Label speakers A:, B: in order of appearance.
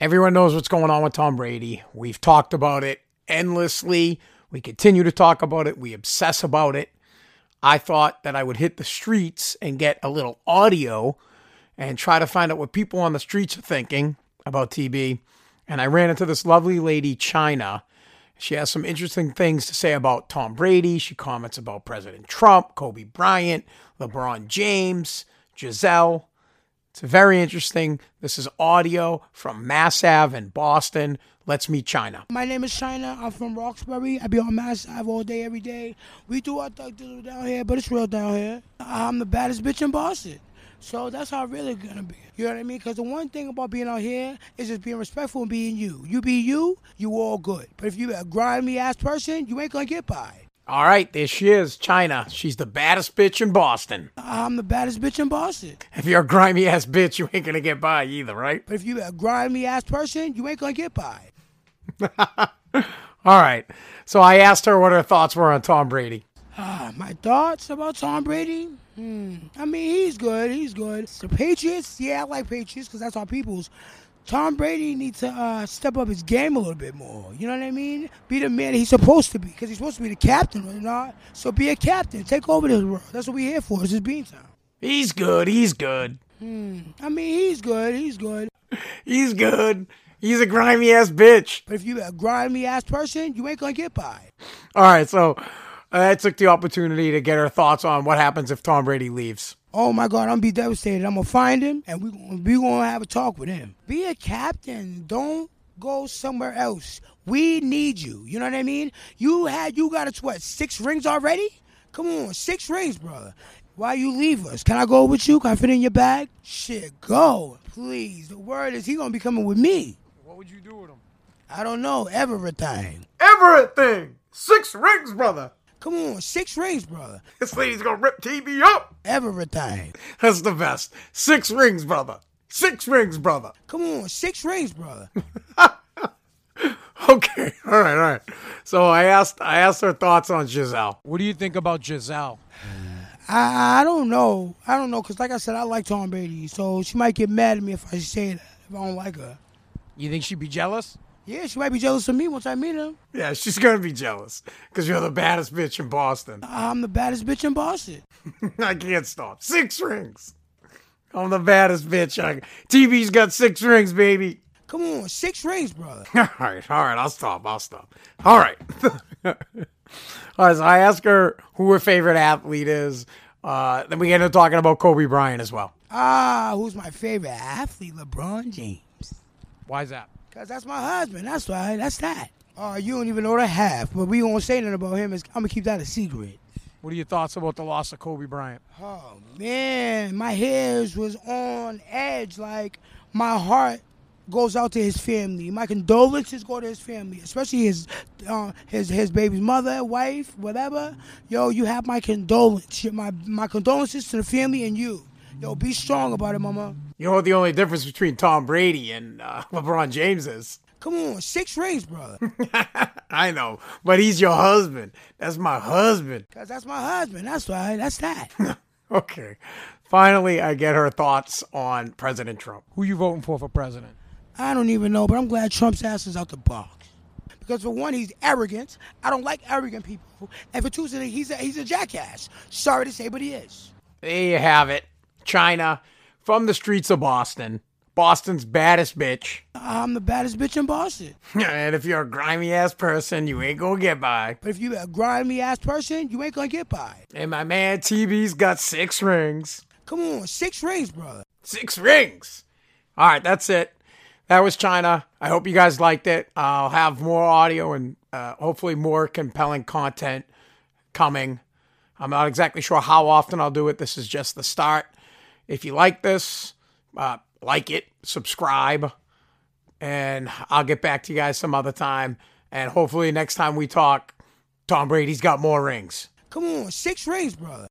A: Everyone knows what's going on with Tom Brady. We've talked about it endlessly. We continue to talk about it. We obsess about it. I thought that I would hit the streets and get a little audio and try to find out what people on the streets are thinking about TB. And I ran into this lovely lady, China. She has some interesting things to say about Tom Brady. She comments about President Trump, Kobe Bryant, LeBron James, Giselle. It's very interesting. This is audio from Mass Ave in Boston. Let's meet China.
B: My name is China. I'm from Roxbury. I be on Mass Ave all day, every day. We do our thug diddle down here, but it's real down here. I'm the baddest bitch in Boston. So that's how I really gonna be. You know what I mean? Because the one thing about being out here is just being respectful and being you. You be you, you all good. But if you a grimy ass person, you ain't gonna get by.
A: All right, there she is, China. She's the baddest bitch in Boston.
B: I'm the baddest bitch in Boston.
A: If you're a grimy ass bitch, you ain't gonna get by either, right?
B: But if you a grimy ass person, you ain't gonna get by.
A: All right. So I asked her what her thoughts were on Tom Brady.
B: Ah, my thoughts about Tom Brady? Hmm. I mean, he's good. He's good. The Patriots, yeah, I like Patriots because that's our people's. Tom Brady needs to uh, step up his game a little bit more. You know what I mean? Be the man he's supposed to be because he's supposed to be the captain, right? Not so be a captain. Take over this world. That's what we're here for. It's his bean time.
A: He's good. He's good.
B: I mean, he's good. He's good.
A: He's good. He's a grimy ass bitch.
B: But if you a grimy ass person, you ain't gonna get by.
A: All right. So I took the opportunity to get her thoughts on what happens if Tom Brady leaves.
B: Oh my God, I'm gonna be devastated. I'm gonna find him and we gonna, we gonna have a talk with him. Be a captain. Don't go somewhere else. We need you. You know what I mean? You had you got a what six rings already? Come on, six rings, brother. Why you leave us? Can I go with you? Can I fit in your bag? Shit, go, please. The word is he gonna be coming with me.
A: What would you do with him?
B: I don't know everything.
A: Everything. Six rings, brother.
B: Come on, six rings, brother.
A: This lady's gonna rip TV up.
B: Everything.
A: That's the best. Six rings, brother. Six rings, brother.
B: Come on, six rings, brother.
A: Okay. All right. All right. So I asked. I asked her thoughts on Giselle.
C: What do you think about Giselle?
B: I I don't know. I don't know because like I said, I like Tom Brady, so she might get mad at me if I say that if I don't like her.
C: You think she'd be jealous?
B: Yeah, she might be jealous of me once I meet him.
A: Yeah, she's gonna be jealous because you're the baddest bitch in Boston.
B: I'm the baddest bitch in Boston.
A: I can't stop. Six rings. I'm the baddest bitch. I, TV's got six rings, baby.
B: Come on, six rings, brother.
A: All right, all right, I'll stop, I'll stop. All right. all right, so I ask her who her favorite athlete is. Uh, then we get into talking about Kobe Bryant as well.
B: Ah, who's my favorite athlete? LeBron James.
C: Why is that?
B: Cause that's my husband. That's why. That's that. Uh, you don't even know the half, but we won't say nothing about him. It's, I'm gonna keep that a secret.
C: What are your thoughts about the loss of Kobe Bryant?
B: Oh man, my hairs was on edge. Like my heart goes out to his family. My condolences go to his family, especially his uh, his his baby's mother, wife, whatever. Yo, you have my condolence. My my condolences to the family and you. Yo, be strong about it, mama.
A: You know what the only difference between Tom Brady and uh, LeBron James is?
B: Come on, six rings, brother.
A: I know, but he's your husband. That's my husband.
B: Cause that's my husband. That's why. That's that.
A: Okay. Finally, I get her thoughts on President Trump.
C: Who you voting for for president?
B: I don't even know, but I'm glad Trump's ass is out the box. Because for one, he's arrogant. I don't like arrogant people. And for two, he's a, he's a jackass. Sorry to say, but he is.
A: There you have it. China from the streets of Boston. Boston's baddest bitch.
B: I'm the baddest bitch in Boston.
A: And if you're a grimy ass person, you ain't gonna get by.
B: But if you a grimy ass person, you ain't gonna get by.
A: And my man TB's got six rings.
B: Come on, six rings, brother.
A: Six rings. All right, that's it. That was China. I hope you guys liked it. I'll have more audio and uh, hopefully more compelling content coming. I'm not exactly sure how often I'll do it. This is just the start. If you like this, uh, like it, subscribe, and I'll get back to you guys some other time. And hopefully, next time we talk, Tom Brady's got more rings.
B: Come on, six rings, brother.